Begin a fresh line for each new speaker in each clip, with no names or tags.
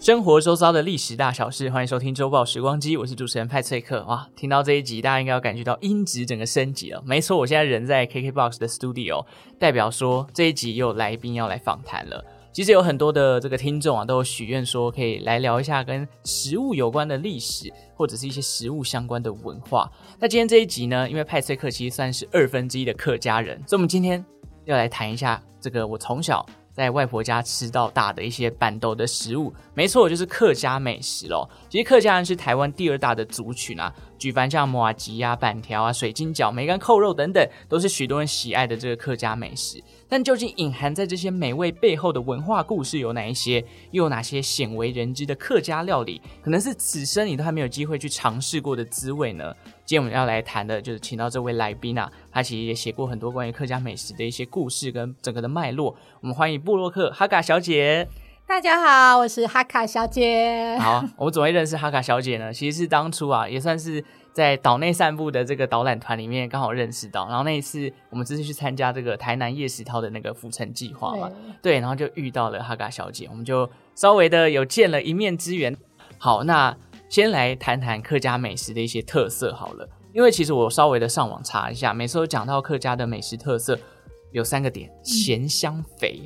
生活周遭的历史大小事，欢迎收听《周报时光机》，我是主持人派翠克。哇，听到这一集，大家应该有感觉到音质整个升级了。没错，我现在人在 KKBOX 的 studio，代表说这一集又有来宾要来访谈了。其实有很多的这个听众啊，都有许愿说可以来聊一下跟食物有关的历史，或者是一些食物相关的文化。那今天这一集呢，因为派翠克其实算是二分之一的客家人，所以我们今天要来谈一下这个我从小在外婆家吃到大的一些板豆的食物，没错，就是客家美食咯。其实客家人是台湾第二大的族群啊，举凡像麻吉啊、板条啊、水晶饺、梅干扣肉等等，都是许多人喜爱的这个客家美食。但究竟隐含在这些美味背后的文化故事有哪一些？又有哪些鲜为人知的客家料理，可能是此生你都还没有机会去尝试过的滋味呢？今天我们要来谈的就是请到这位来宾啊，他其实也写过很多关于客家美食的一些故事跟整个的脉络。我们欢迎布洛克哈嘎小姐。
大家好，我是哈卡小姐。
好，我们怎么会认识哈卡小姐呢？其实是当初啊，也算是在岛内散步的这个导览团里面刚好认识到，然后那一次我们这次去参加这个台南夜食涛的那个浮城计划嘛，对，然后就遇到了哈嘎小姐，我们就稍微的有见了一面之缘。好，那先来谈谈客家美食的一些特色好了，因为其实我稍微的上网查一下，每次都讲到客家的美食特色有三个点：
嗯
咸、香、肥。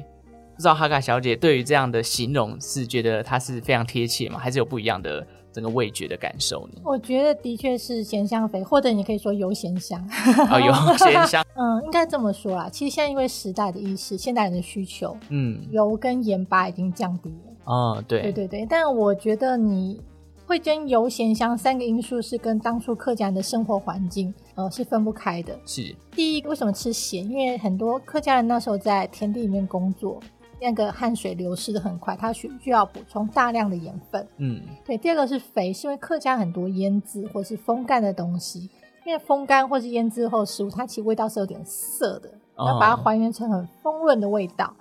不知道哈嘎小姐对于这样的形容是觉得它是非常贴切吗？还是有不一样的整个味觉的感受呢？
我觉得的确是咸香肥，或者你可以说油咸香。
哦，有咸香，
嗯，应该这么说啦。其实现在因为时代的意识，现代人的需求，
嗯，
油跟盐巴已经降低了。
哦，
对
对，
对对，但我觉得你会跟油咸香三个因素是跟当初客家人的生活环境呃是分不开的。
是，
第一，为什么吃咸？因为很多客家人那时候在田地里面工作，那个汗水流失的很快，他需需要补充大量的盐分。
嗯，
对，第二个是肥，是因为客家很多腌制或是风干的东西，因为风干或是腌制后食物，它其实味道是有点涩的，
哦
要把它还原成很丰润的味道，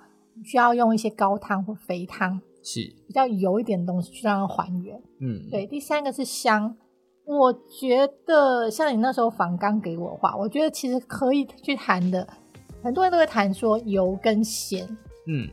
需要用一些高汤或肥汤，
是，
比较油一点的东西去让它还原。
嗯，
对，第三个是香，我觉得像你那时候仿刚给我的话，我觉得其实可以去谈的，很多人都会谈说油跟咸，
嗯，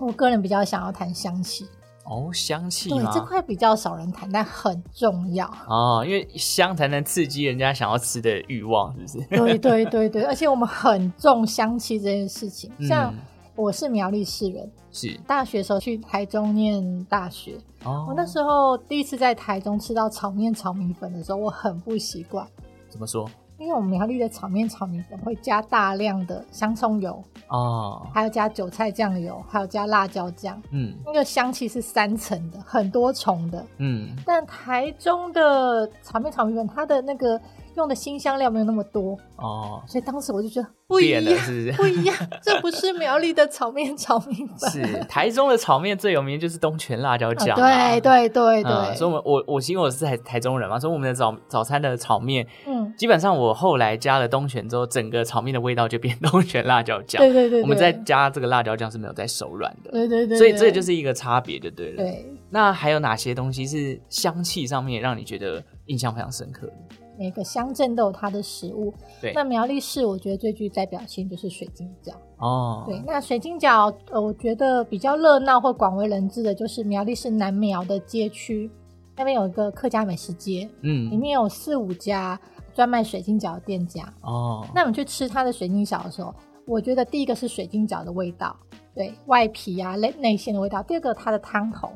我个人比较想要谈香气，
哦，香气
对
吗
这？块比较少人谈，但很重要。
哦，因为香才能刺激人家想要吃的欲望，是不是？
对对对对，而且我们很重香气这件事情。 像
嗯、
我是苗栗市人，
是
大学时候去台中念大学，
哦，
我那时候第一次在台中吃到炒面炒米粉的时候，我很不习惯，
怎么说？
因为我们苗栗的炒面炒米粉会加大量的香葱油，
哦，
还有加韭菜酱油，还有加辣椒酱，
嗯
那个香气是三层的，很多重的。
嗯，
但台中的炒面炒米粉，它的那个用的新香料没有那么多，
哦，
所以当时我就觉得不一
变了
样。
是不
不一样，这不是苗栗的炒面炒米
是？
粉。
是台中的炒面最有名就是东泉辣椒酱、
啊 对。对对对，
嗯，所以我们我我因为我是台台中人嘛，所以我们的早早餐的炒面，
嗯，
基本上我后来加了东泉之后，整个炒面的味道就变东泉辣椒酱。
嗯对对对对，
我们再加这个辣椒酱是没有再手软的，
对对对，
所以这就是是一个差别就对了。
对
那还有哪些东西是香气上面让你觉得印象非常深刻的？
每个乡镇都有它的食物。
对
那苗栗市我觉得最具代表性就是水晶饺。
哦，
对，那水晶饺，呃，我觉得比较热闹或广为人知的就是苗栗市南苗的街区，那边有一个客家美食街，里
嗯，
面有四五家专卖水晶饺的店家。
哦，
那我们去吃它的水晶饺的时候，我觉得第一个是水晶饺的味道，对外皮啊内内馅的味道；第二个它的汤头，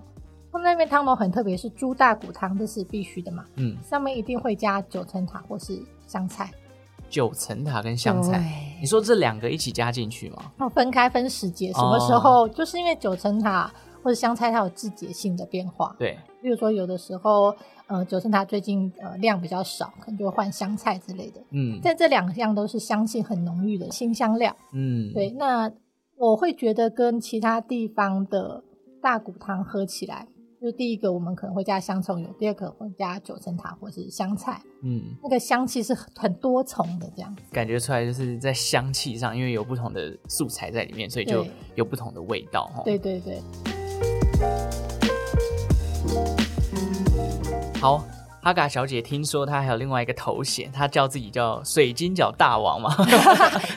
他们那边汤头很特别，是猪大骨汤，这是必须的嘛，
嗯，
上面一定会加九层塔或是香菜。
九层塔跟香菜，你
对，
说这两个一起加进去吗？
要分开分时节，
哦
什么时候？就是因为九层塔或者香菜它有季节性的变化。
对，
例如说，有的时候，呃，九层塔最近呃量比较少，可能就会换香菜之类的。
嗯
但这两项都是香气很浓郁的新香料。
嗯，
对，那我会觉得跟其他地方的大骨汤喝起来，就第一个我们可能会加香葱油，第二个会加九层塔或者是香菜，
嗯，
那个香气是很多重的这样。
感觉出来就是在香气上，因为有不同的素材在里面，所以就
对
有不同的味道哈。
对 对对，
好，哈嘎小姐听说她还有另外一个头衔，她叫自己叫水晶饺大王嘛。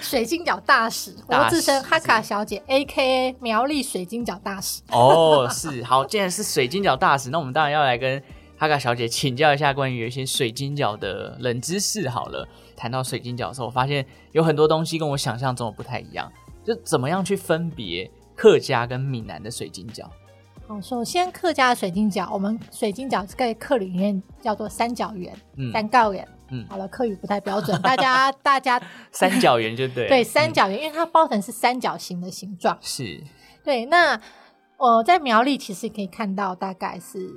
水晶饺大使，
大
我自称
使
哈卡小姐 （A K A 苗栗水晶饺大使
哦，是好，既然是水晶饺大使，那我们当然要来跟哈嘎小姐请教一下关于有一些水晶饺的冷知识好了。谈到水晶饺的时候，我发现有很多东西跟我想象中的不太一样，就怎么样去分别客家跟闽南的水晶饺？）。
好，首先客家的水晶饺，我们水晶饺在客语里面叫做三角圆、
嗯，
三角圆。
嗯
好了，客语不太标准，大家 大家
三角圆就对，嗯
对三角圆，因为它包成是三角形的形状。
是，
对，那我、呃在苗栗其实可以看到大概是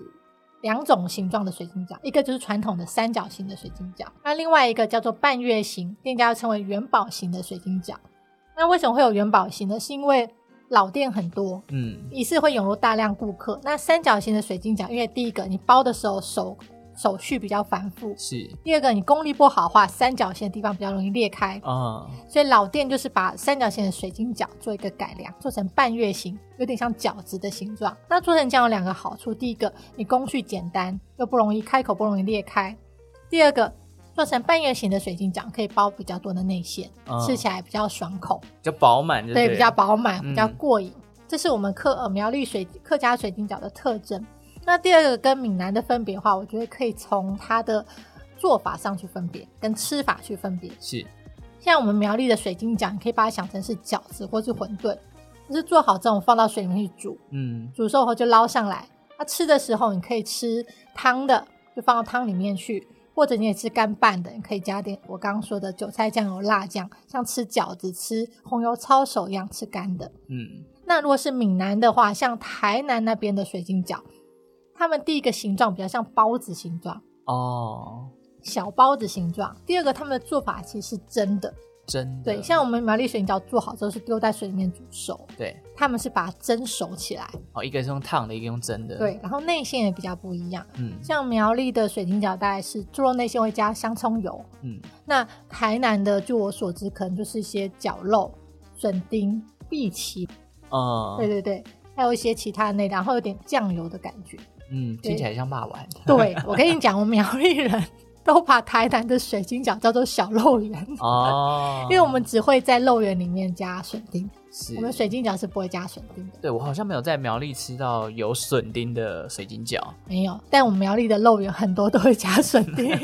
两种形状的水晶饺，一个就是传统的三角形的水晶饺，那另外一个叫做半月形，店家又称为元宝形的水晶饺。那为什么会有元宝形呢？是因为老店很多。
嗯
一次会涌入大量顾客。那三角形的水晶饺，因为第一个你包的时候手手续比较繁复，
是，
第二个你功力不好的话，三角形的地方比较容易裂开，
嗯
所以老店就是把三角形的水晶饺做一个改良，做成半月形，有点像饺子的形状。那做成这样有两个好处：第一个，你工序简单，又不容易开口不容易裂开；第二个，做成半月形的水晶饺可以包比较多的内馅，
嗯
吃起来比较爽口，
比较饱满就
对，比较饱满，
嗯
比较过瘾。这是我们客呃苗栗水客家水晶饺的特征。那第二个跟闽南的分别的话，我觉得可以从它的做法上去分别，跟吃法去分别。
是，
像我们苗栗的水晶饺，你可以把它想成是饺子或是馄饨，就是做好之后放到水里面去煮，
嗯
煮熟后就捞上来。那、吃的时候，你可以吃汤的，就放到汤里面去，或者你也吃干拌的，你可以加点我刚刚说的韭菜酱油、辣酱，像吃饺子、吃红油抄手一样吃干的。
嗯
那如果是闽南的话，像台南那边的水晶饺，他们第一个形状比较像包子形状，
哦，
小包子形状；第二个，他们的做法其实是蒸的，
真的
对，像我们苗栗水饺做好之后是丢在水里面煮熟，
对
他们是把它蒸熟起来，
哦，一个是用烫的，一个用蒸的，
对，，然后内馅也比较不一样。
嗯
像苗栗的水晶饺大概是猪肉内馅会加香葱油，
嗯
那台南的据我所知可能就是一些绞肉、笋丁、碧琪，
哦，
对对对，还有一些其他的内容，然后有点酱油的感觉。
嗯，听起来像骂完，
对我跟你讲，我们苗栗人都把台南的水晶饺叫做小肉圆，
哦，
因为我们只会在肉圆里面加笋丁，
是
我们水晶饺是不会加笋丁的。
对我好像没有在苗栗吃到有笋丁的水晶 饺，
没有，但我们苗栗的肉圆很多都会加笋 丁。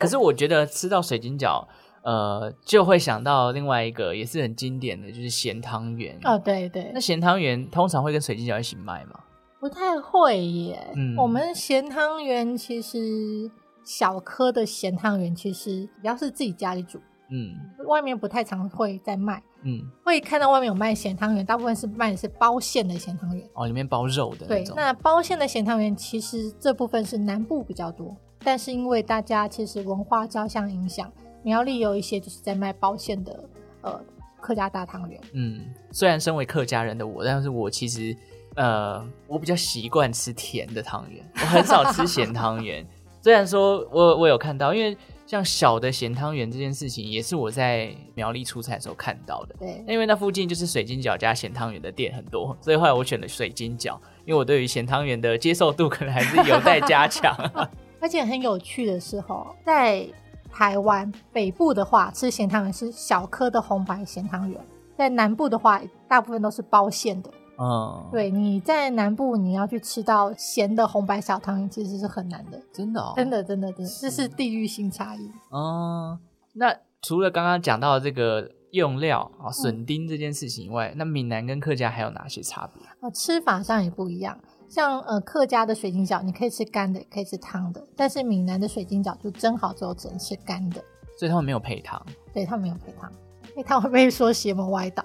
可是我觉得吃到水晶饺，呃，就会想到另外一个也是很经典的，就是咸汤圆。
哦，对对
那，咸汤圆通常会跟水晶饺一起卖吗？
不太会耶。
嗯
我们咸汤圆其实小颗的咸汤圆其实比较是自己家里煮，
嗯
外面不太常会在卖。
嗯，
会看到外面有卖咸汤圆，大部分是卖的是包馅的咸汤圆。
哦，里面包肉的那
对
种。，
那包馅的咸汤圆其实这部分是南部比较多，但是因为大家其实文化交相影响，苗栗有一些就是在卖包馅的呃客家大汤圆。
嗯，虽然身为客家人的我，但是我其实呃，我比较习惯吃甜的汤圆，我很少吃咸汤圆。 虽然说我我有看到，因为像小的咸汤圆这件事情，也是我在苗栗出差的时候看到的。
对，
因为那附近就是水晶饺加咸汤圆的店很多，所以后来我选了水晶饺，因为我对于咸汤圆的接受度可能还是有待加强。
而且很有趣的是吼，在台湾北部的话，吃咸汤圆是小颗的红白咸汤圆；在南部的话，大部分都是包馅的。
嗯，，
对，你在南部你要去吃到咸的红白小汤圆，其实是很难的。
真的、哦，
真，的，真的，真的，这是地域性差异。
嗯，那除了刚刚讲到的这个用料啊笋丁这件事情以外，那闽南跟客家还有哪些差别？
呃，吃法上也不一样。像呃客家的水晶饺，你可以吃干的，也可以吃汤的；但是闽南的水晶饺就蒸好之后只能吃干的，
所以他们没有配糖，
对他们没有配汤，配汤会被说邪魔歪道。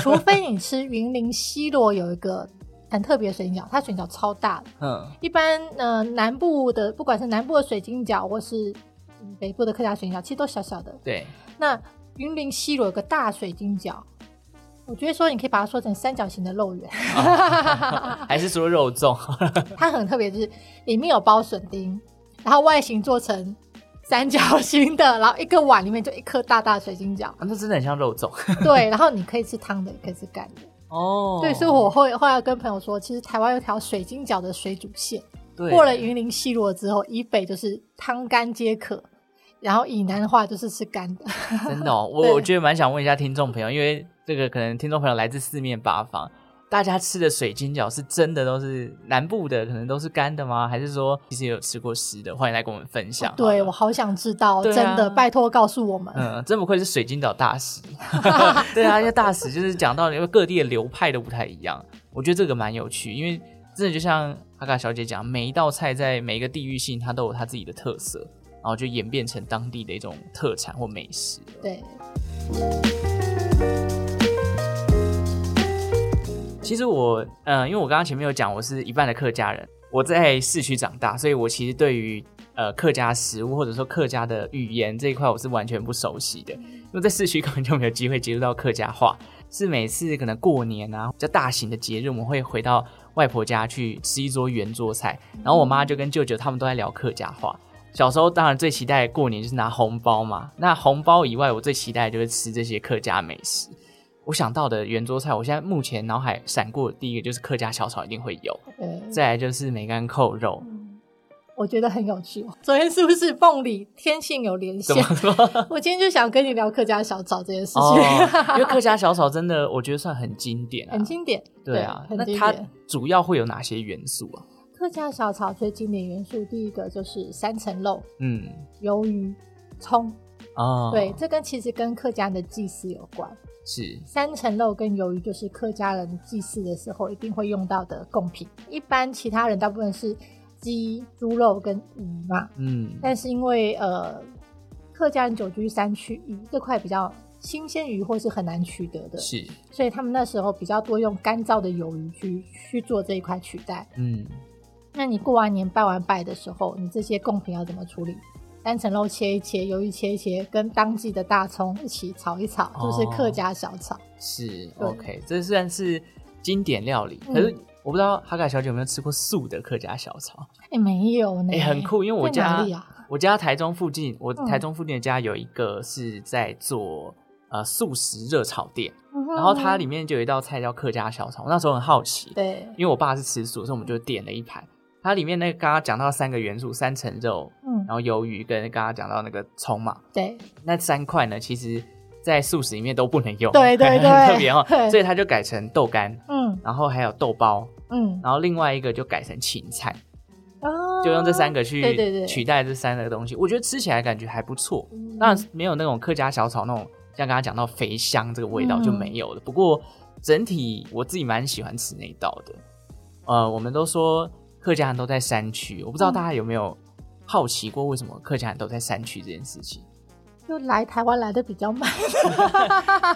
除非你吃云林西螺有一个很特别的水晶饺，它水晶饺超大的。
嗯
一般呃南部的，不管是南部的水晶饺或是嗯北部的客家水晶饺，其实都小小的。
对，
那云林西螺有个大水晶饺，我觉得说你可以把它说成三角形的肉圆，
还是说肉 粽，，
它很特别，就是里面有包笋丁，然后外形做成三角形的，然后一个碗里面就一颗大大的水晶饺
那真的很像肉粽
对，然后你可以吃汤的，也可以吃干的。
哦。
对，所以我后后来跟朋友说，其实台湾有条水晶饺的水煮线。
对
过了云林西罗之后，以北就是汤干皆可，然后以南的话就是吃干的。
真的、哦，
对
我我觉得蛮想问一下听众朋友，因为这个可能听众朋友来自四面八方，大家吃的水晶饺是真的都是南部的，可能都是干的吗？还是说其实也有吃过湿的？欢迎来跟我们分享。
哦对我好想知道，
对啊
真的，拜托告诉我们。
嗯，真不愧是水晶岛大使。对啊，因为大使就是讲到因为各地的流派都不太一样，我觉得这个蛮有趣，因为真的就像阿卡小姐讲，每一道菜在每一个地域性，它都有它自己的特色，然后就演变成当地的一种特产或美食。
对，
其实我，嗯、因为我刚刚前面有讲，我是一半的客家人，我在市区长大，所以我其实对于呃客家食物或者说客家的语言这一块，我是完全不熟悉的，因为在市区根本就没有机会接触到客家话。是每次可能过年啊，比较大型的节日，我们会回到外婆家去吃一桌圆桌菜，然后我
嗯
妈就跟舅舅他们都在聊客家话。小时候当然最期待过年就是拿红包嘛，那红包以外，我最期待的就是吃这些客家美食。我想到的圆桌菜，我现在目前脑海闪过的第一个就是客家小炒一定会有，
对，
再来就是梅干扣肉，
嗯我觉得很有趣。昨天是不是梦里天性有连线
怎么？说？
我今天就想跟你聊客家小炒这件事情，
哦，因为客家小炒真的我觉得算很经典啊，
很经典。
对啊。
很
那
经
它
典。
主要会有哪些元素啊？
客家小炒最经典元素，第一个就是三层肉、
嗯，
鱿鱼、葱。
哦，
对，，这跟其实跟客家的祭祀有关。
是，
三层肉跟鱿鱼就是客家人祭祀的时候一定会用到的贡品。一般其他人大部分是鸡、猪肉跟鱼嘛，
嗯，
但是因为呃客家人久居山区，鱼这块比较新鲜鱼或是很难取得的，
是，
所以他们那时候比较多用干燥的鱿鱼去去做这一块取代。
嗯，
那你过完年拜完拜的时候，你这些贡品要怎么处理？三层肉切一切，鱿鱼切一切，跟当季的大葱一起炒一炒，就是
哦
客家小炒。
是
对
，OK，这算是经典料理，
嗯
可是。我不知道哈卡小姐有没有吃过素的客家小炒，
哎、没有呢，
哎、很酷，因为我
在哪
家
里啊？
我家台中附近，我
嗯
台中附近的家有一个是在做呃素食热炒店，
哦
然后它里面就有一道菜叫客家小炒。我那时候很好奇，
嗯对，
因为我爸是吃素，所以我们就点了一盘。它里面那个刚刚讲到三个元素，三层肉，
嗯
然，后鱿鱼跟刚刚讲到那个葱嘛，
对，
那三块呢，其实在素食里面都不能用，
对 对对
很特 别哦。
对
所以它就改成豆干，
嗯
然后还有豆包，
嗯，
然后另外一个就改成芹菜。
哦
就用这三个
对对
去
对
取代这三个东西，我觉得吃起来感觉还不错
嗯。
当然没有那种客家小炒那种，像刚刚讲到肥香这个味道
嗯
就没有了。不过整体我自己蛮喜欢吃那一道的。呃，我们都说客家人都在山区，我不知
嗯
道大家有没有好奇过为什么客家人都在山区这件事情。
就来台湾来的比较慢，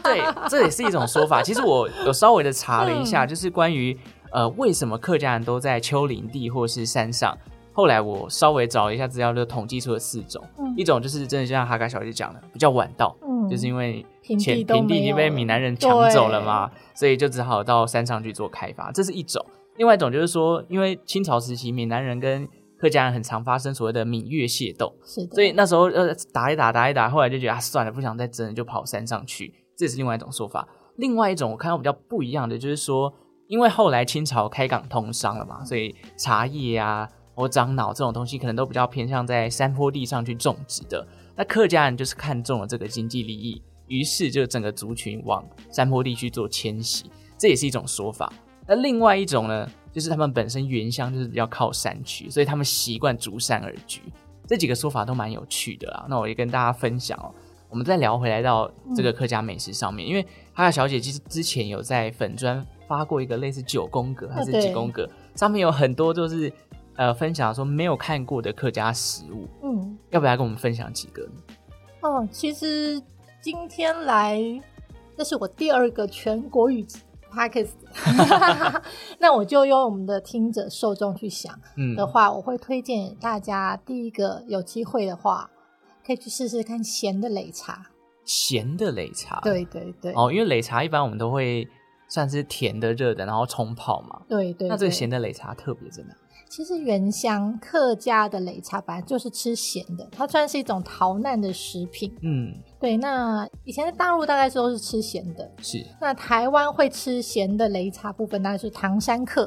对，这也是一种说 法。其实我有稍微的查了一
嗯
下，就是关于呃为什么客家人都在丘陵地或是山上。后来我稍微找了一下资料，就统计出了四种，
嗯
一种就是真的就像哈嘎小姐讲的，比较晚到，
嗯，
就是因为
平地
前
都
平地已
没
经
有
被
了
闽南人抢走了嘛，所以就只好到山上去做开发，这是一种。另外一种就是说，因为清朝时期闽南人跟客家人很常发生所谓的闽粤械斗，
是的，
所以那时候呃打一打打一打，后来就觉得啊算了，不想再争了，就跑山上去，这也是另外一种说法。另外一种我看到比较不一样的就是说，因为后来清朝开港通商了嘛，所以茶叶啊或樟脑这种东西可能都比较偏向在山坡地上去种植的。那客家人就是看中了这个经济利益，于是就整个族群往山坡地去做迁徙，这也是一种说法。那另外一种呢，就是他们本身原乡就是比较靠山区，所以他们习惯逐山而居。这几个说法都蛮有趣的啦。那我也跟大家分享哦。我们再聊回来到这个客家美食上面，因为哈哈小姐其实之前有在粉砖发过一个类似九宫格还是几宫格，上面有很多就是呃分享说没有看过的客家食物，
嗯
要不要跟我们分享几个呢？
哦，其实今天来，这是我第二个全国语 Pockets，那我就用我们的听者受众去想
嗯
的话，我会推荐大家第一个有机会的话，可以去试试看咸的擂茶。
咸的擂茶，
对对对，
哦，因为擂茶一般我们都会算是甜的、热的，然后冲泡嘛。
对对。
那这个
对
咸的擂茶特别在哪？
其实原乡客家的擂茶本来就是吃咸的，它算是一种逃难的食品。
嗯，
对，那以前在大陆大概都是吃咸的，
是
那台湾会吃咸的擂茶部分，当然是唐山客。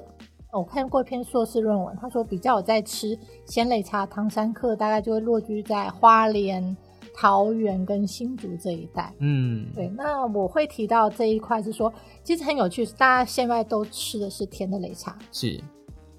哦我看过一篇硕士论文，他说比较有在吃咸擂茶，唐山客大概就会落居在花莲、桃园跟新竹这一带。
嗯，
对，那我会提到这一块是说，其实很有趣，大家现在都吃的是甜的擂茶，
是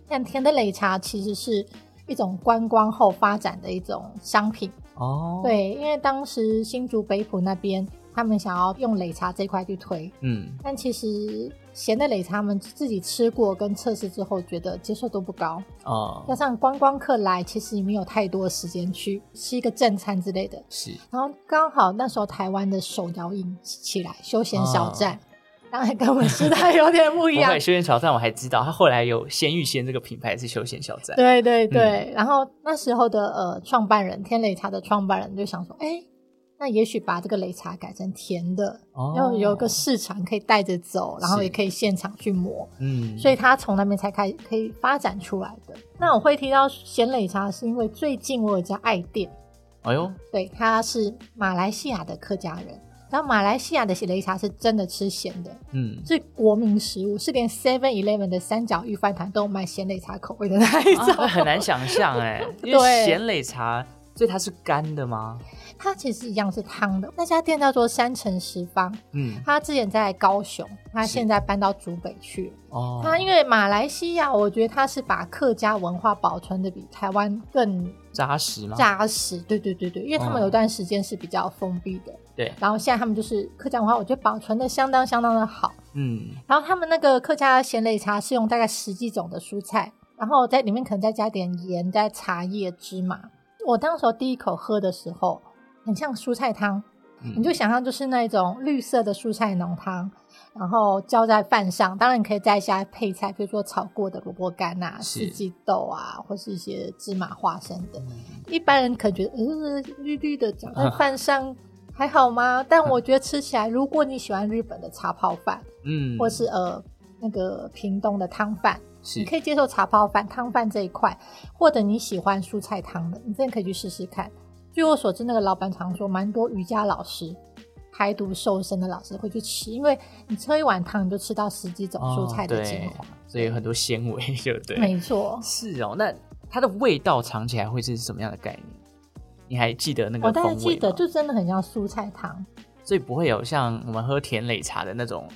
但甜的擂茶其实是一种观光后发展的一种商品。
哦，，
对，因为当时新竹北埔那边，他们想要用擂茶这一块去推，
嗯，
但其实咸的擂茶，他们自己吃过跟测试之后，觉得接受度不高，加
哦，
上观光客来，其实也没有太多时间去吃一个正餐之类的。
是
然后刚好那时候台湾的手摇饮起来，休闲小站，当然跟我们时代有点不
啊不
一样
会。休闲小站，我还知道，它后来有鲜芋仙这个品牌是休闲小站，
对对对，然后那时候的呃创办人天擂茶的创办人就想说，哎，那也许把这个擂茶改成甜的，
哦
然后有个市场可以带着走，然后
是
也可以现场去磨。
嗯，
所以它从那边才开可以发展出来的。那我会提到咸擂茶，是因为最近我有一家爱店，
哎呦，
对，他是马来西亚的客家人，然后马来西亚的擂茶是真的吃咸的，
嗯，
是国民食物，是连 Seven Eleven 的三角玉饭团都有卖咸擂茶口味的那一
啊
种。
会很难想象 哎，因为
对
咸擂茶，所以它是干的吗？
它其实一样是汤的。那家店叫做山城十方，
嗯，
它之前在高雄，它
是
现在搬到竹北去了。
哦，
它因为马来西亚，我觉得它是把客家文化保存的比台湾更
扎实吗？
扎实，对对对对，因为他们
嗯
有段时间是比较封闭的，
对，
然后现在他们就是客家文化，我觉得保存的相当相当的好。
嗯，
然后他们那个客家咸擂茶是用大概十几种的蔬菜，然后在里面可能再加点盐，再茶叶、芝麻。我当时候第一口喝的时候，很像蔬菜汤，
你
你就想象就是那种绿色的蔬菜浓汤，然后浇在饭上。当然，你可以再加配菜，比如说炒过的萝卜干啊、
是
四季豆啊，或是一些芝麻花生的。一般人可能觉得，呃，绿绿的搅在饭上。还好吗？但我觉得吃起来，如果你喜欢日本的茶泡饭，
嗯，
或是呃那个屏东的汤饭，
是
你可以接受茶泡饭、汤饭这一块，或者你喜欢蔬菜汤的，你真的可以去试试看。据我所知，那个老板常说，蛮多瑜伽老师、排毒瘦身的老师会去吃，因为你喝一碗汤，你就吃到十几种蔬菜的精华。
哦对所以有很多纤维，对不对？
没错，
是哦，那它的味道尝起来会是什么样的概念？你还记得那个
我
风
大
味
概
吗
记得，就真的很像蔬菜汤。
所以不会有像我们喝甜蕾茶的那种，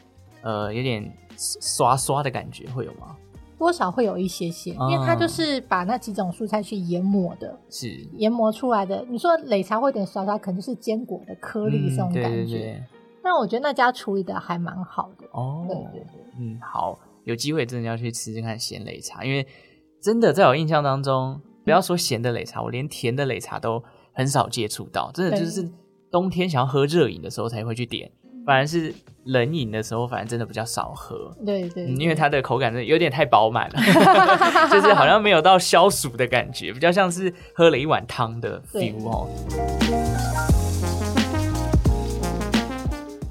呃，有点刷刷的感觉，会有吗？
多少会有一些些，因为它
嗯
就是把那几种蔬菜去研磨的，
是
研磨出来的。你说擂茶会有点沙沙，可能就是坚果的颗粒这种
嗯、对
感觉。
对对，
但我觉得那家处理的还蛮好的。
哦，
对对对，
嗯，好，有机会真的要去吃吃看咸擂茶，因为真的在我印象当中，不要说咸的擂茶，我连甜的擂茶都很少接触到，真的就
对
是冬天想要喝热饮的时候才会去点，反而是冷饮的时候，反正真的比较少喝。
对对
嗯
对
因为它的口感真的有点太饱满了， 就是好像没有到消暑的感觉，比较像是喝了一碗汤的
对
feel 哦。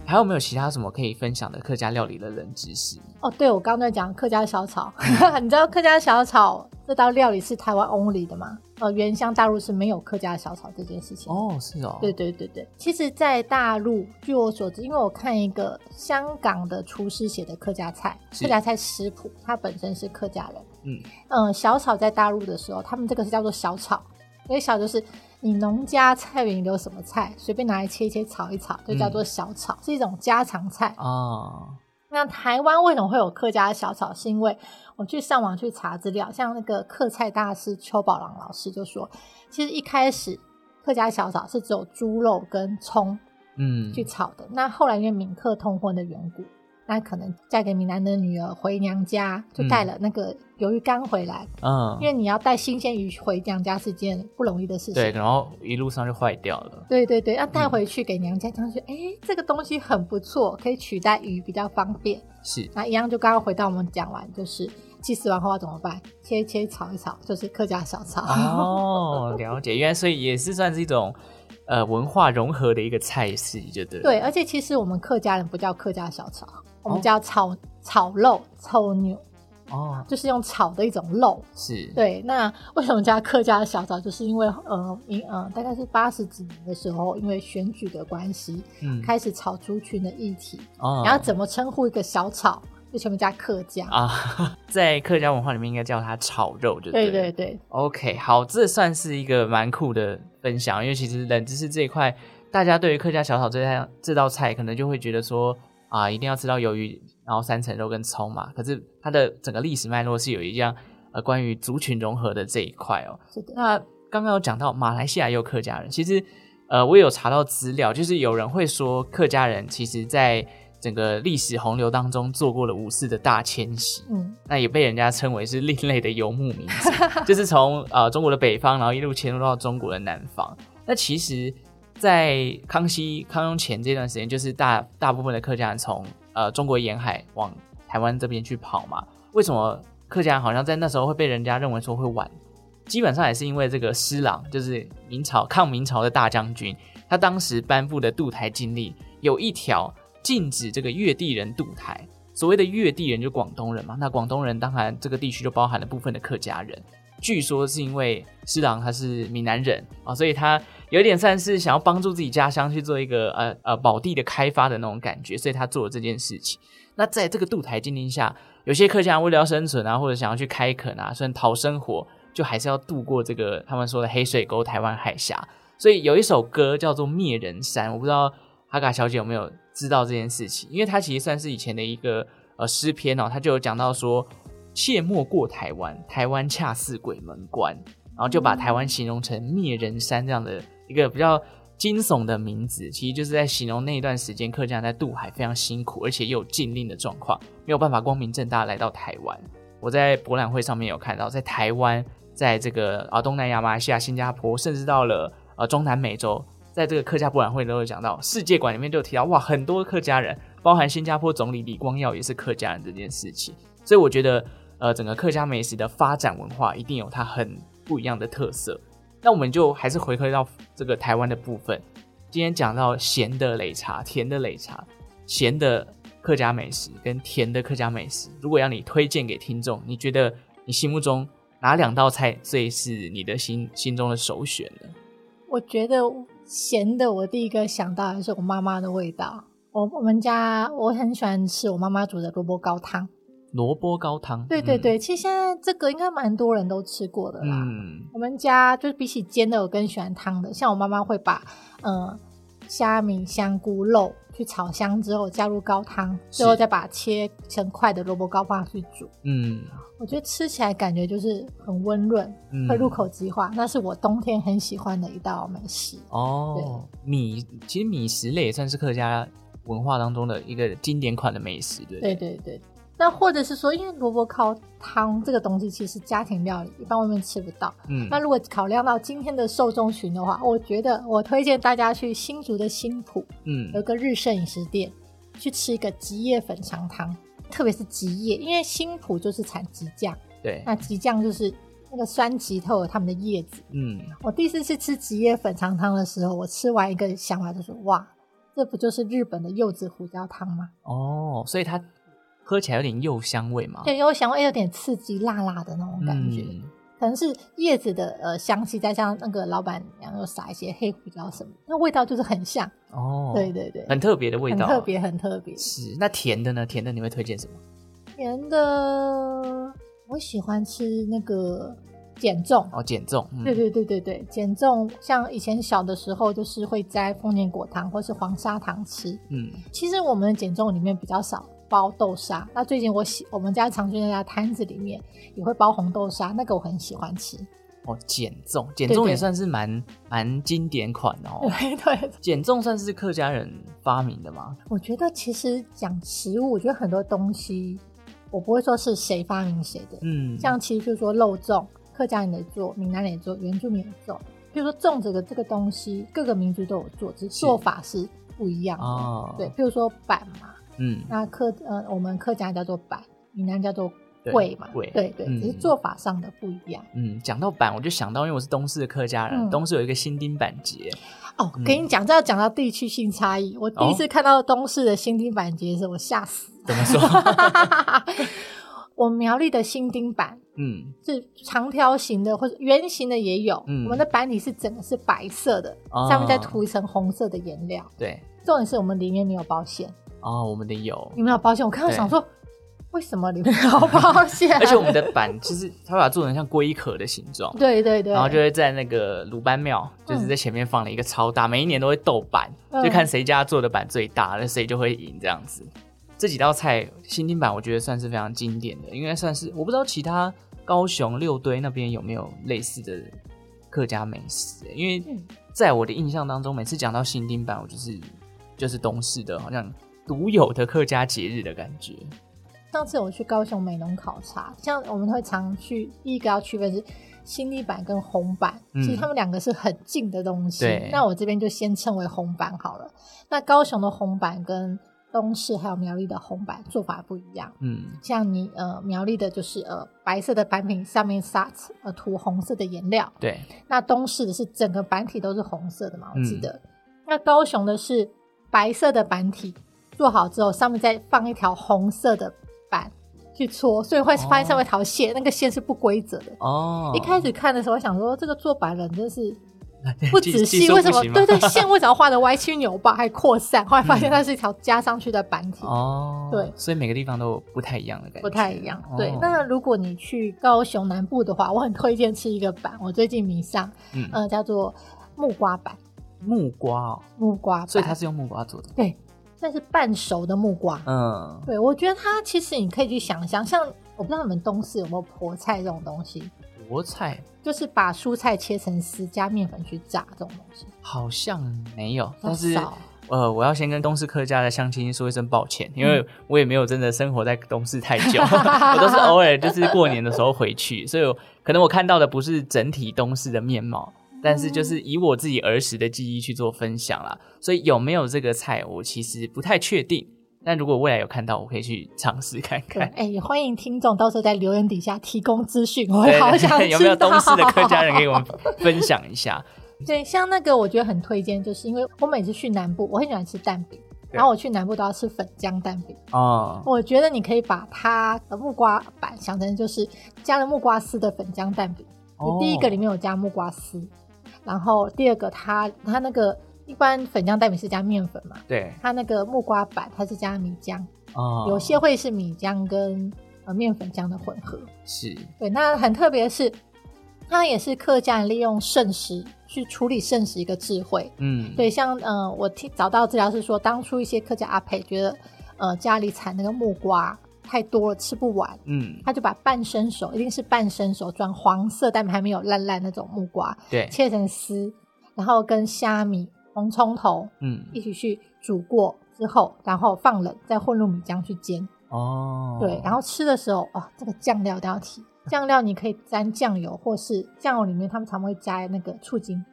还有没有其他什么可以分享的客家料理的冷知识？
哦，对我刚刚在讲客家小炒， 你知道客家小炒这道料理是台湾 only 的吗？呃，原乡大陆是没有客家小炒这件事情。
哦，是哦，
对对对对，其实，在大陆，据我所知，因为我看一个香港的厨师写的客家菜，
是
客家菜食谱，他本身是客家人。
嗯
嗯，小炒在大陆的时候，他们这个是叫做小炒，所以小就是你农家菜园里有什么菜，随便拿来切一切炒一炒，就
嗯
叫做小炒，是一种家常菜。
啊，
那台湾为什么会有客家小炒？是因为我去上网去查资料，像那个客菜大师邱宝郎老师就说，其实一开始客家小炒是只有猪肉跟葱
嗯，
去炒的，那后来因为闽客通婚的缘故，那可能嫁给闽南的女儿回娘家，就带了那个鱿鱼干回来，
嗯
因，为你要带新鲜鱼回娘家是件不容易的事情。
对，然后一路上就坏掉了。
对对对，要带回去给娘家，讲说，哎、这个东西很不错，可以取代鱼，比较方便。
是，
那一样就刚刚回到我们讲完，就是祭祀完后要怎么办？切一切，炒一炒，就是客家小炒。
哦，了解，原来所以也是算是一种呃文化融合的一个菜系，就对了。
对，而且其实我们客家人不叫客家小炒，我
哦
们叫炒、炒肉、臭牛，
哦，
就是用炒的一种肉。
是，
对，那为什么叫客家小炒？就是因为呃，民呃，大概是八十几年的时候，因为选举的关系，
嗯，
开始炒族群的议题，
哦
然后怎么称呼一个小炒，就全部加客家。
啊， 在客家文化里面应该叫它炒肉，就
对
对了
对对，
OK，好，这算是一个蛮酷的分享，因为其实冷知识这一块，大家对于客家小炒这道这道菜，可能就会觉得说啊，一定要吃到鱿鱼，然后三层肉跟葱嘛。可是它的整个历史脉络是有一样呃关于族群融合的这一块哦。
是的。
那刚刚有讲到马来西亚也有客家人，其实呃，我也有查到资料，就是有人会说客家人其实在整个历史洪流当中做过了五次的大迁徙，
嗯，
那也被人家称为是另类的游牧民族，就是从呃中国的北方，然后一路迁入到中国的南方。那其实，在康熙、康雍乾这段时间，就是大大部分的客家人从呃中国沿海往台湾这边去跑嘛。为什么客家人好像在那时候会被人家认为说会晚？基本上也是因为这个施琅，就是明朝抗明朝的大将军，他当时颁布的渡台禁令有一条禁止这个越地人渡台。所谓的越地人就广东人嘛，那广东人当然这个地区就包含了部分的客家人。据说是因为施琅他是闽南人啊、所以他有点算是想要帮助自己家乡去做一个呃呃宝地的开发的那种感觉，所以他做了这件事情。那在这个渡台禁令下，有些客家人为了要生存啊，或者想要去开垦啊，甚至讨生活，就还是要渡过这个他们说的黑水沟、台湾海峡。所以有一首歌叫做《灭人山》，我不知道哈嘎小姐有没有知道这件事情，因为它其实算是以前的一个呃诗篇哦，它就有讲到说“切莫过台湾，台湾恰似鬼门关”，然后就把台湾形容成灭人山这样的一个比较惊悚的名字，其实就是在形容那一段时间客家人在渡海非常辛苦，而且也有禁令的状况，没有办法光明正大来到台湾。我在博览会上面有看到，在台湾，在这个啊东南亚、马来西亚、新加坡，甚至到了呃中南美洲，在这个客家博览会都有讲到，世界馆里面就有提到哇，很多客家人，包含新加坡总理李光耀也是客家人这件事情，所以我觉得呃整个客家美食的发展文化一定有它很不一样的特色。那我们就还是回归到这个台湾的部分，今天讲到咸的擂茶、甜的擂茶，咸的客家美食跟甜的客家美食，如果要你推荐给听众，你觉得你心目中哪两道菜最是你的心心中的首选呢？
我觉得咸的，我第一个想到还是我妈妈的味道。我我们家我很喜欢吃我妈妈煮的萝卜高汤。
萝卜高汤。
对对对，其实现在这个应该蛮多人都吃过的啦。
嗯，嗯，
我们家就是比起煎的，我更喜欢汤的。像我妈妈会把呃虾米、香菇、肉去炒香之后，加入高汤，最后
是
再把切成块的萝卜糕放下去煮。
嗯
我觉得吃起来感觉就是很温润，
嗯
会入口即化，那是我冬天很喜欢的一道美食。
哦。米其实米食类也算是客家文化当中的一个经典款的美食，对不
对对对。那或者是说，因为萝卜烤汤这个东西其实家庭料理一般外面吃不到。
嗯
那如果考量到今天的受众群的话，我觉得我推荐大家去新竹的新浦有
嗯
个日盛饮食店，去吃一个吉叶粉肠汤，特别是吉叶，因为新浦就是产吉酱，
对，
那吉酱就是那个酸吉透有它们的叶子。
嗯
我第一次去吃吉叶粉肠汤的时候，我吃完一个想法就是哇，这不就是日本的柚子胡椒汤吗？
哦，所以它喝起来有点柚香味嘛。
对，有想哎味有点刺激辣辣的那种感觉，
嗯
可能是叶子的呃香气，再加上那个老板娘又撒一些黑胡椒什么，那味道就是很像。
哦，
对对对，
很特别的味道，啊
很特。别，很特别。
是，那甜的呢？甜的你会推荐什么？
甜的，我喜欢吃那个减重。
哦，减重。嗯、
对对对对对，减重像以前小的时候，就是会摘丰年果糖或是黄砂糖吃。
嗯，
其实我们的减重里面比较少包豆沙，那最近我喜我们家常去那家摊子里面也会包红豆沙，那个我很喜欢吃。
哦，减粽，减
对
粽
对
也算是蛮蛮经典款 的哦。
对对，
减粽算是客家人发明的吗？
我觉得其实讲食物，我觉得很多东西，我不会说是谁发明谁的，
嗯，
像其实就是说肉粽，客家人也做，闽南人也做，原住民也做。比如说粽子的这个东西，各个民族都有做，只是做法是不一样的。
哦
对，譬如说板嘛，
嗯
那客呃我们客家叫做板，闽南叫做
对
桂嘛，
桂
对对，
嗯
只是做法上的不一样。
嗯，讲到板，我就想到，因为我是东势的客家人，
嗯
东势有一个新丁板节，
哦，
嗯
跟你讲，这要讲到地区性差异。我第一次
哦
看到东市的新丁板节的时候，我吓死了。
怎么 说？
我苗栗的新丁板
嗯，
是长条形的，或者圆形的也有。
嗯
我们的板底是整个是白色的，
哦
上面再涂一层红色的颜料。
对，
重点是我们里面没有保险，
哦，我们的有，
你没有保险，我看到想说，为什么里面没有保险？
而且我们的板其实它把它做成像龟壳的形状，
对对对，
然后就会在那个鲁班庙，就是在前面放了一个超大，每一年都会斗板，
嗯
就看谁家做的板最大，那谁就会赢这样子。这几道菜新丁板我觉得算是非常经典的，应该算是我不知道其他高雄六堆那边有没有类似的客家美食，因为
嗯
在我的印象当中，每次讲到新丁板，我就是就是东市的好像独有的客家节日的感觉。
上次我去高雄美浓考察，像我们会常去，第一个要区分是新立板跟红板，
嗯
其实它们两个是很近的东西
对。
那我这边就先称为红板好了。那高雄的红板跟东市还有苗栗的红板做法不一样。
嗯，
像你呃苗栗的就是呃白色的板品上面撒呃涂红色的颜料，
对，
那东市的是整个板体都是红色的嘛，我
嗯
记得。那高雄的是白色的板体，做好之后上面再放一条红色的板去搓，所以会发现上面一条线，那个线是不规则的。
哦，
一 开始看的时候，我想说这个做板人真是不
不
仔细，为什么？对对， 线为什么画的歪七扭八还扩散？后来发现它是一条加上去的板体。
嗯哦，
对
所以每个地方都有不太一样的感觉，
不太一样，对
哦。
那如果你去高雄南部的话，我很推荐吃一个板，我最近迷上，
嗯
呃，叫做木瓜板。
木瓜哦，
木瓜板，
所以它是用木瓜做的，
对，算是半熟的木瓜。
嗯，
对，我觉得它其实你可以去想象，像我不知道你们东市有没有婆菜这种东西，
菠菜
就是把蔬菜切成丝，加面粉去炸这种东西。
好像没有，但是
少
呃，我要先跟东市客家的乡亲说一声抱歉，因
嗯
为我也没有真的生活在东市太 久，我都是偶尔就是过年的时候回去，所以我可能我看到的不是整体东市的面貌。但是
嗯
就是以我自己儿时的记忆去做分享啦，所以有没有这个菜，我其实不太确定。但如果未来有看到，我可以去尝试看
对，
看。
哎、也欢迎听众到时候在留言底下提供资讯，我
对
也好想知 道
有没有东市的客家人给我们分享一 下？
对，像那个我觉得很推荐，就是因为我每次去南部，我很喜欢吃蛋饼，
对
然后我去南部都要吃粉浆蛋饼。
哦，
我觉得你可以把它的木瓜板想成就是加了木瓜丝的粉浆蛋饼。
哦
第一个里面有加木瓜丝，然后第二个它它那个一般粉浆蛋饼是加面粉嘛，
对，
它那个木瓜板它是加米浆，
哦，
有些会是米浆跟呃面粉浆的混合。
是
对，那很特别的是，它也是客家人利用剩食去处理剩食一个智慧。
嗯，
对，像呃，我听找到资料是说，当初一些客家阿佩觉得，呃，家里产那个木瓜太多了，吃不完，
嗯，
他就把半生熟，一定是半生熟装黄色但还没有烂烂那种木瓜，
对，
切成丝，然后跟虾米、红葱头
嗯，
一起去煮过之后，然后放冷，再混入米浆去煎。
哦，
对，然后吃的时候，哇、这个酱料一定要提。酱料你可以沾酱油，或是酱油里面他们常会加那个醋精。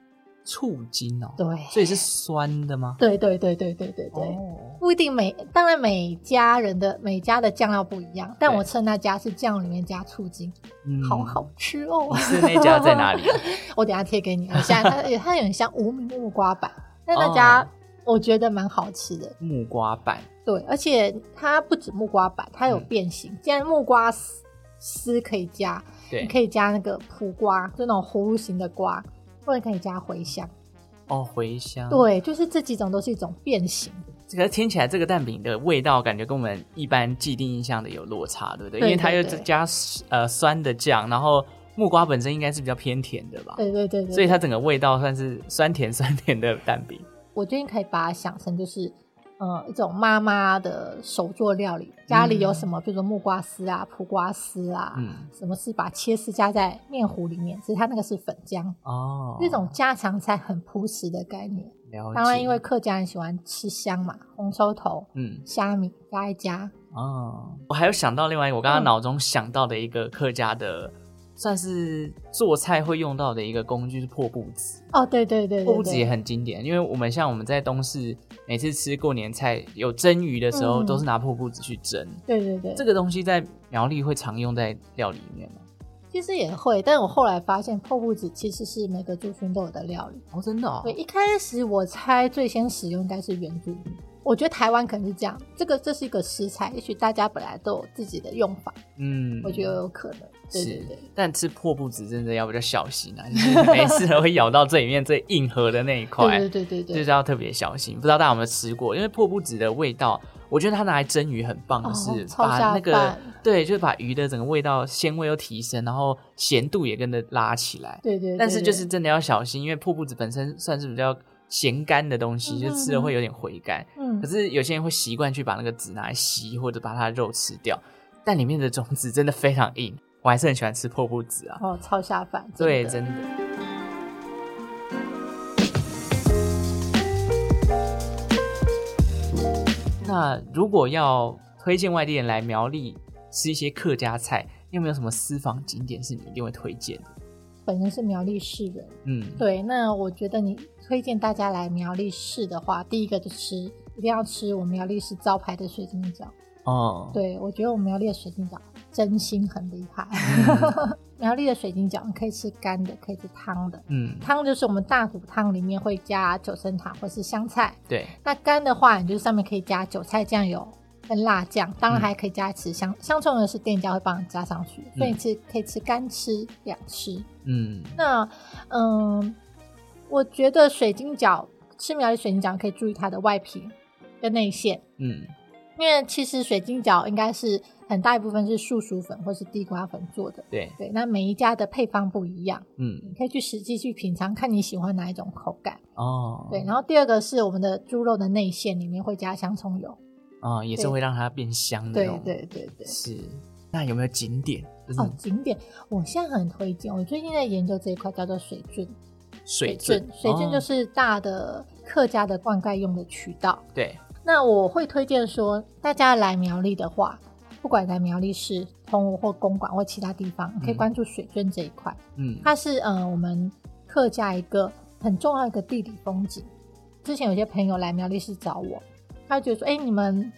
醋精哦，
对，
所以是酸的吗？
对对对对对对对，
哦，
不一定每当然每家人的每家的酱料不一样，但
对
我吃的那家是酱油里面加醋精，
嗯
好好。吃哦。
你吃的那家在哪里啊？
我等一下贴 给你，我现在它它有点像无名木瓜板，但那
哦
家我觉得蛮好吃的。
木瓜板，
对，而且它不止木瓜板，它有
嗯
变形，既然木瓜丝丝可以加，
对
你，可以加那个苦瓜，就那种葫芦形的瓜，或者可以加茴香。
哦，茴香，，
对，就是这几种都是一种变形。
这个听起来这个蛋饼的味道感觉跟我们一般既定印象的有落差，对不对？因
对
为它又
对对
加呃酸的酱，然后木瓜本身应该是比较偏甜的吧？
对对对对
所以
对
它整个味道算是酸甜酸甜的蛋饼。
我最近可以把它想成就是呃一种妈妈的手做料理，家里有什么，比如说木瓜丝啊、苦瓜丝啊，
嗯，
什么是把切丝加在面糊里面，只是它那个是粉浆，
哦，
这种家常菜很朴实的概念。
了解，
当然，因为客家人喜欢吃香嘛，红烧头、
嗯
虾米加一加，
哦，我还有想到另外一个，我刚刚
嗯
脑中想到的一个客家的，算是做菜会用到的一个工具是破布子。
哦，对对对对
破
对，
布子也很经典，因为我们像我们在东市每次吃过年菜有蒸鱼的时候，
嗯
都是拿破布子去蒸。
对对对，
这个东西在苗栗会常用在料理里面吗？
其实也会，但我后来发现破布子其实是每个族群都有的料理。
哦，真的哦
对，，一开始我猜最先使用应该是原住民，我觉得台湾可能是这样，这个这是一个食材，也许大家本来都有自己的用法，
嗯
我觉得有可能。对对
是
对，
但吃破布子真的要比较小心啊，就是每 次都会咬到最里面最硬核的那一块。
对对对对
就
对
是要特别小心。不知道大家有没有吃过？因为破布子的味道，我觉得它拿来蒸鱼很棒的
哦
是，
超
把
下
那个
饭
对，就是把鱼的整个味道鲜味又提升，然后咸度也跟着拉起来。
对对，
但是
对
就是真的要小心，因为破布子本身算是比较咸干的东西，
嗯
就吃了会有点回甘。
嗯
可，是有些人会习惯去把那个籽拿来吸，或者把它的肉吃掉，但里面的种子真的非常硬，我还是很喜欢吃破布子啊。
哦，超下饭，
对，
的
真的。那如果要推荐外地人来苗栗吃一些客家菜，你有没有什么私房景点是你一定会推荐的？
本身是苗栗市人，
嗯，
对，那我觉得你推荐大家来苗栗市的话，第一个就吃，一定要吃我们苗栗市招牌的水晶饺。
哦，
对，我觉得我们苗栗的水晶饺真心很厉害。 苗栗的水晶饺你可以吃干的，可以吃汤的。
嗯，
汤就是我们大骨汤里面会加九层塔或是香菜，
对，
那干的话，你就是上面可以加韭菜酱油跟辣酱，当然
嗯
还可以加一匙香、香葱油是店家会帮你加上去，所以你吃可以吃干吃两吃。
嗯，
那嗯，我觉得水晶饺吃苗栗水晶饺可以注意它的外皮跟内馅，
嗯，
因为其实水晶饺应该是很大一部分是树薯粉或是地瓜粉做的。
对，
对，那每一家的配方不一样，
嗯，
你可以去实际去品尝，看你喜欢哪一种口感。
哦，
对，，然后第二个是我们的猪肉的内馅里面会加香葱油。
哦，也是
对
会让它变香的那
对
种。
对对对。
是。那有没有景点？就是
哦，景点，我现在很推荐。我最近在研究这一块，叫做水圳。
水圳
圳，，水圳
哦
就是大的客家的灌溉用的渠道。
对，
那我会推荐说，大家来苗栗的话，不管来苗栗市、澎湖或公馆或其他地方，可以
嗯
关注水圳这一块。
嗯，
它是呃我们客家一个很重要的一个地理风景。之前有些朋友来苗栗市找我，他就觉得说：“哎、你们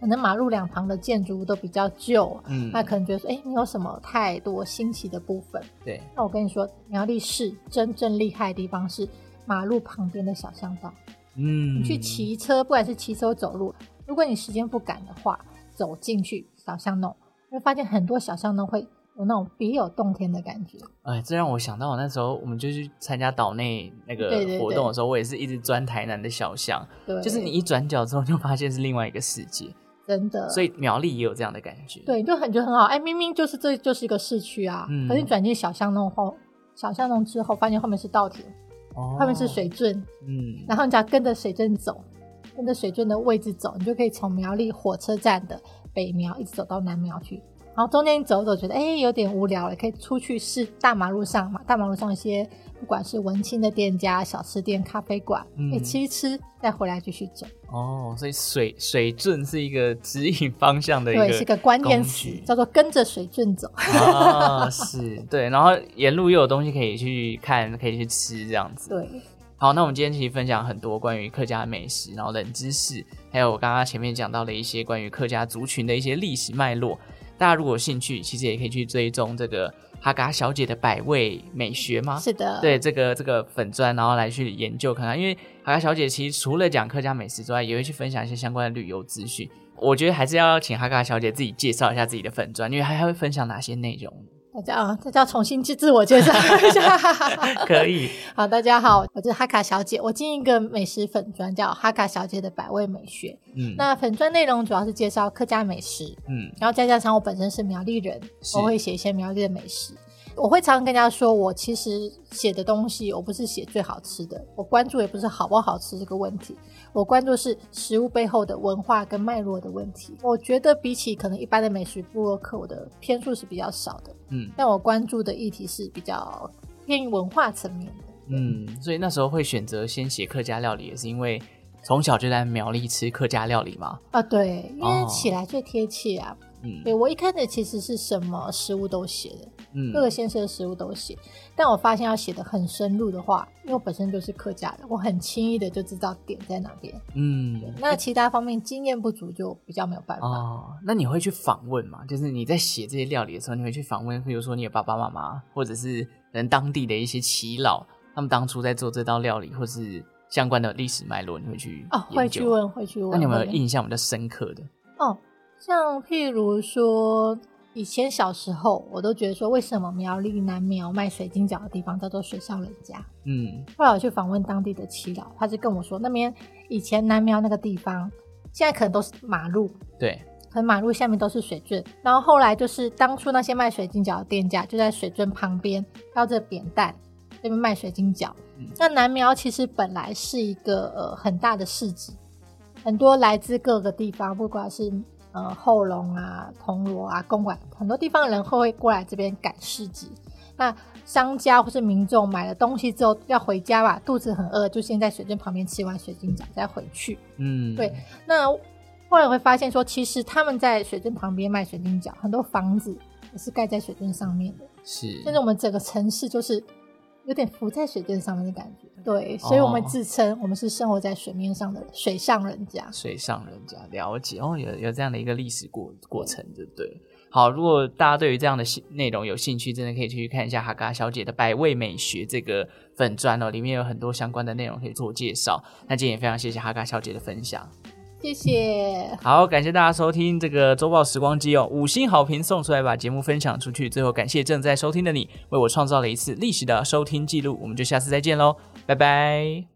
可能马路两旁的建筑物都比较旧，
嗯，
那可能觉得说：哎、你有什么太多新奇的部分？”
对，
那我跟你说，苗栗市真正厉害的地方是马路旁边的小巷道。
嗯，
你去骑车，不管是骑车或走路，如果你时间不赶的话，走进去小巷弄，你会发现很多小巷弄会有那种别有洞天的感觉。
哎，这让我想到我那时候我们就去参加岛内那个
对对
活
对
动的时候，我也是一直钻台南的小巷，
对，
就是你一转角之后就发现是另外一个世界，
真的，
所以苗栗也有这样的感觉。，
呃对，就很觉得很好。哎，明明就是这就是一个市区啊，
嗯
可是你转进小巷弄后，小巷弄之后，发现后面是稻田，
哦
后面是，水圳，
嗯，
然后你只要跟着水圳走，跟着水圳的位置走，你就可以从苗栗火车站的北苗一直走到南苗去。然后中间你走一走，觉得哎有点无聊了，可以出去是大马路上嘛，大马路上一些不管是文青的店家、小吃店、咖啡馆，
嗯
哎、吃一吃，再回来继续走。
哦，所以水水圳是一个指引方向的一
对，是个关键
工
词
具，
叫做跟着水圳走。
啊，是对，然后沿路又有东西可以去看，可以去吃这样子。
对，
好，那我们今天其实分享很多关于客家美食，然后冷知识，还有我刚刚前面讲到的一些关于客家族群的一些历史脉络。大家如果有兴趣，其实也可以去追踪这个哈嘎小姐的百味美学吗？
是的，
啊对这个这个粉砖，然后来去研究看看。因为海嘎小姐其实除了讲客家美食之外，也会去分享一些相关的旅游资讯。我觉得还是要请哈嘎小姐自己介绍一下自己的粉砖，因为还会分享哪些内 容。
大家啊，大家重新自自我介绍一 下。
可以，
好，大家好，我是哈卡小姐，我经营一个美食粉专，叫哈卡小姐的百味美学。
嗯，
那粉专内容主要是介绍客家美食，
嗯
然后再加上我本身是苗栗人
是，
我会写一些苗栗的美食。我会常常跟大家说，我其实写的东西，我不是写最好吃的，我关注也不是好不好吃这个问题，我关注是食物背后的文化跟脉络的问题。我觉得比起可能一般的美食部落客，我的篇数是比较少的，
嗯
但我关注的议题是比较偏于文化层面的。
嗯，所以那时候会选择先写客家料理，也是因为从小就在苗栗吃客家料理嘛。
啊，对，因
哦
为起来最贴切啊。
嗯
对我一开始其实是什么食物都写的，
嗯
各个县市的食物都写，但我发现要写的很深入的话，因为我本身就是客家的，我很轻易的就知道点在哪边。
嗯
那其他方面经验不足就比较没有办法。
哦，那你会去访问吗？就是你在写这些料理的时候，你会去访问，比如说你的爸爸妈妈，或者是人当地的一些耆老，他们当初在做这道料理，或是相关的历史脉络，你会去
哦，会
研
去
究。
问，会去问。
那你有没有
会问
印象比较深刻的？
哦，像譬如说，以前小时候，我都觉得说，为什么苗栗南苗卖水晶饺的地方叫做水上人家？
嗯
后来我去访问当地的耆老，他就跟我说，那边以前南苗那个地方，现在可能都是马路，
对，
可能马路下面都是水圳，然后后来就是当初那些卖水晶饺的店家就在水圳旁边挑着扁担这边卖水晶饺。
嗯
那南苗其实本来是一个呃很大的市集，很多来自各个地方，不管是呃后龙啊、铜锣啊、公馆，很多地方人会过来这边赶市集。那商家或是民众买了东西之后要回家吧，肚子很饿，就先在水圳旁边吃完水晶饺再回去。
嗯
对，那后来会发现说，其实他们在水圳旁边卖水晶饺，很多房子也是盖在水圳上面的，
是，
甚至我们整个城市就是有点浮在水圳上面的感觉。对，所以我们
哦
自称我们是生活在水面上的水上人家。
水上人家了解哦，有有这样的一个历史过过程，对不对？好，如果大家对于这样的兴内容有兴趣，真的可以去看一下哈嘎小姐的百味美学这个粉砖哦，里面有很多相关的内容可以做介绍。那今天也非常谢谢哈嘎小姐的分享。
谢谢，
好，感谢大家收听这个周报时光机哦，五星好评送出来，把节目分享出去。最后感谢正在收听的你，为我创造了一次历史的收听记录。我们就下次再见喽，拜拜。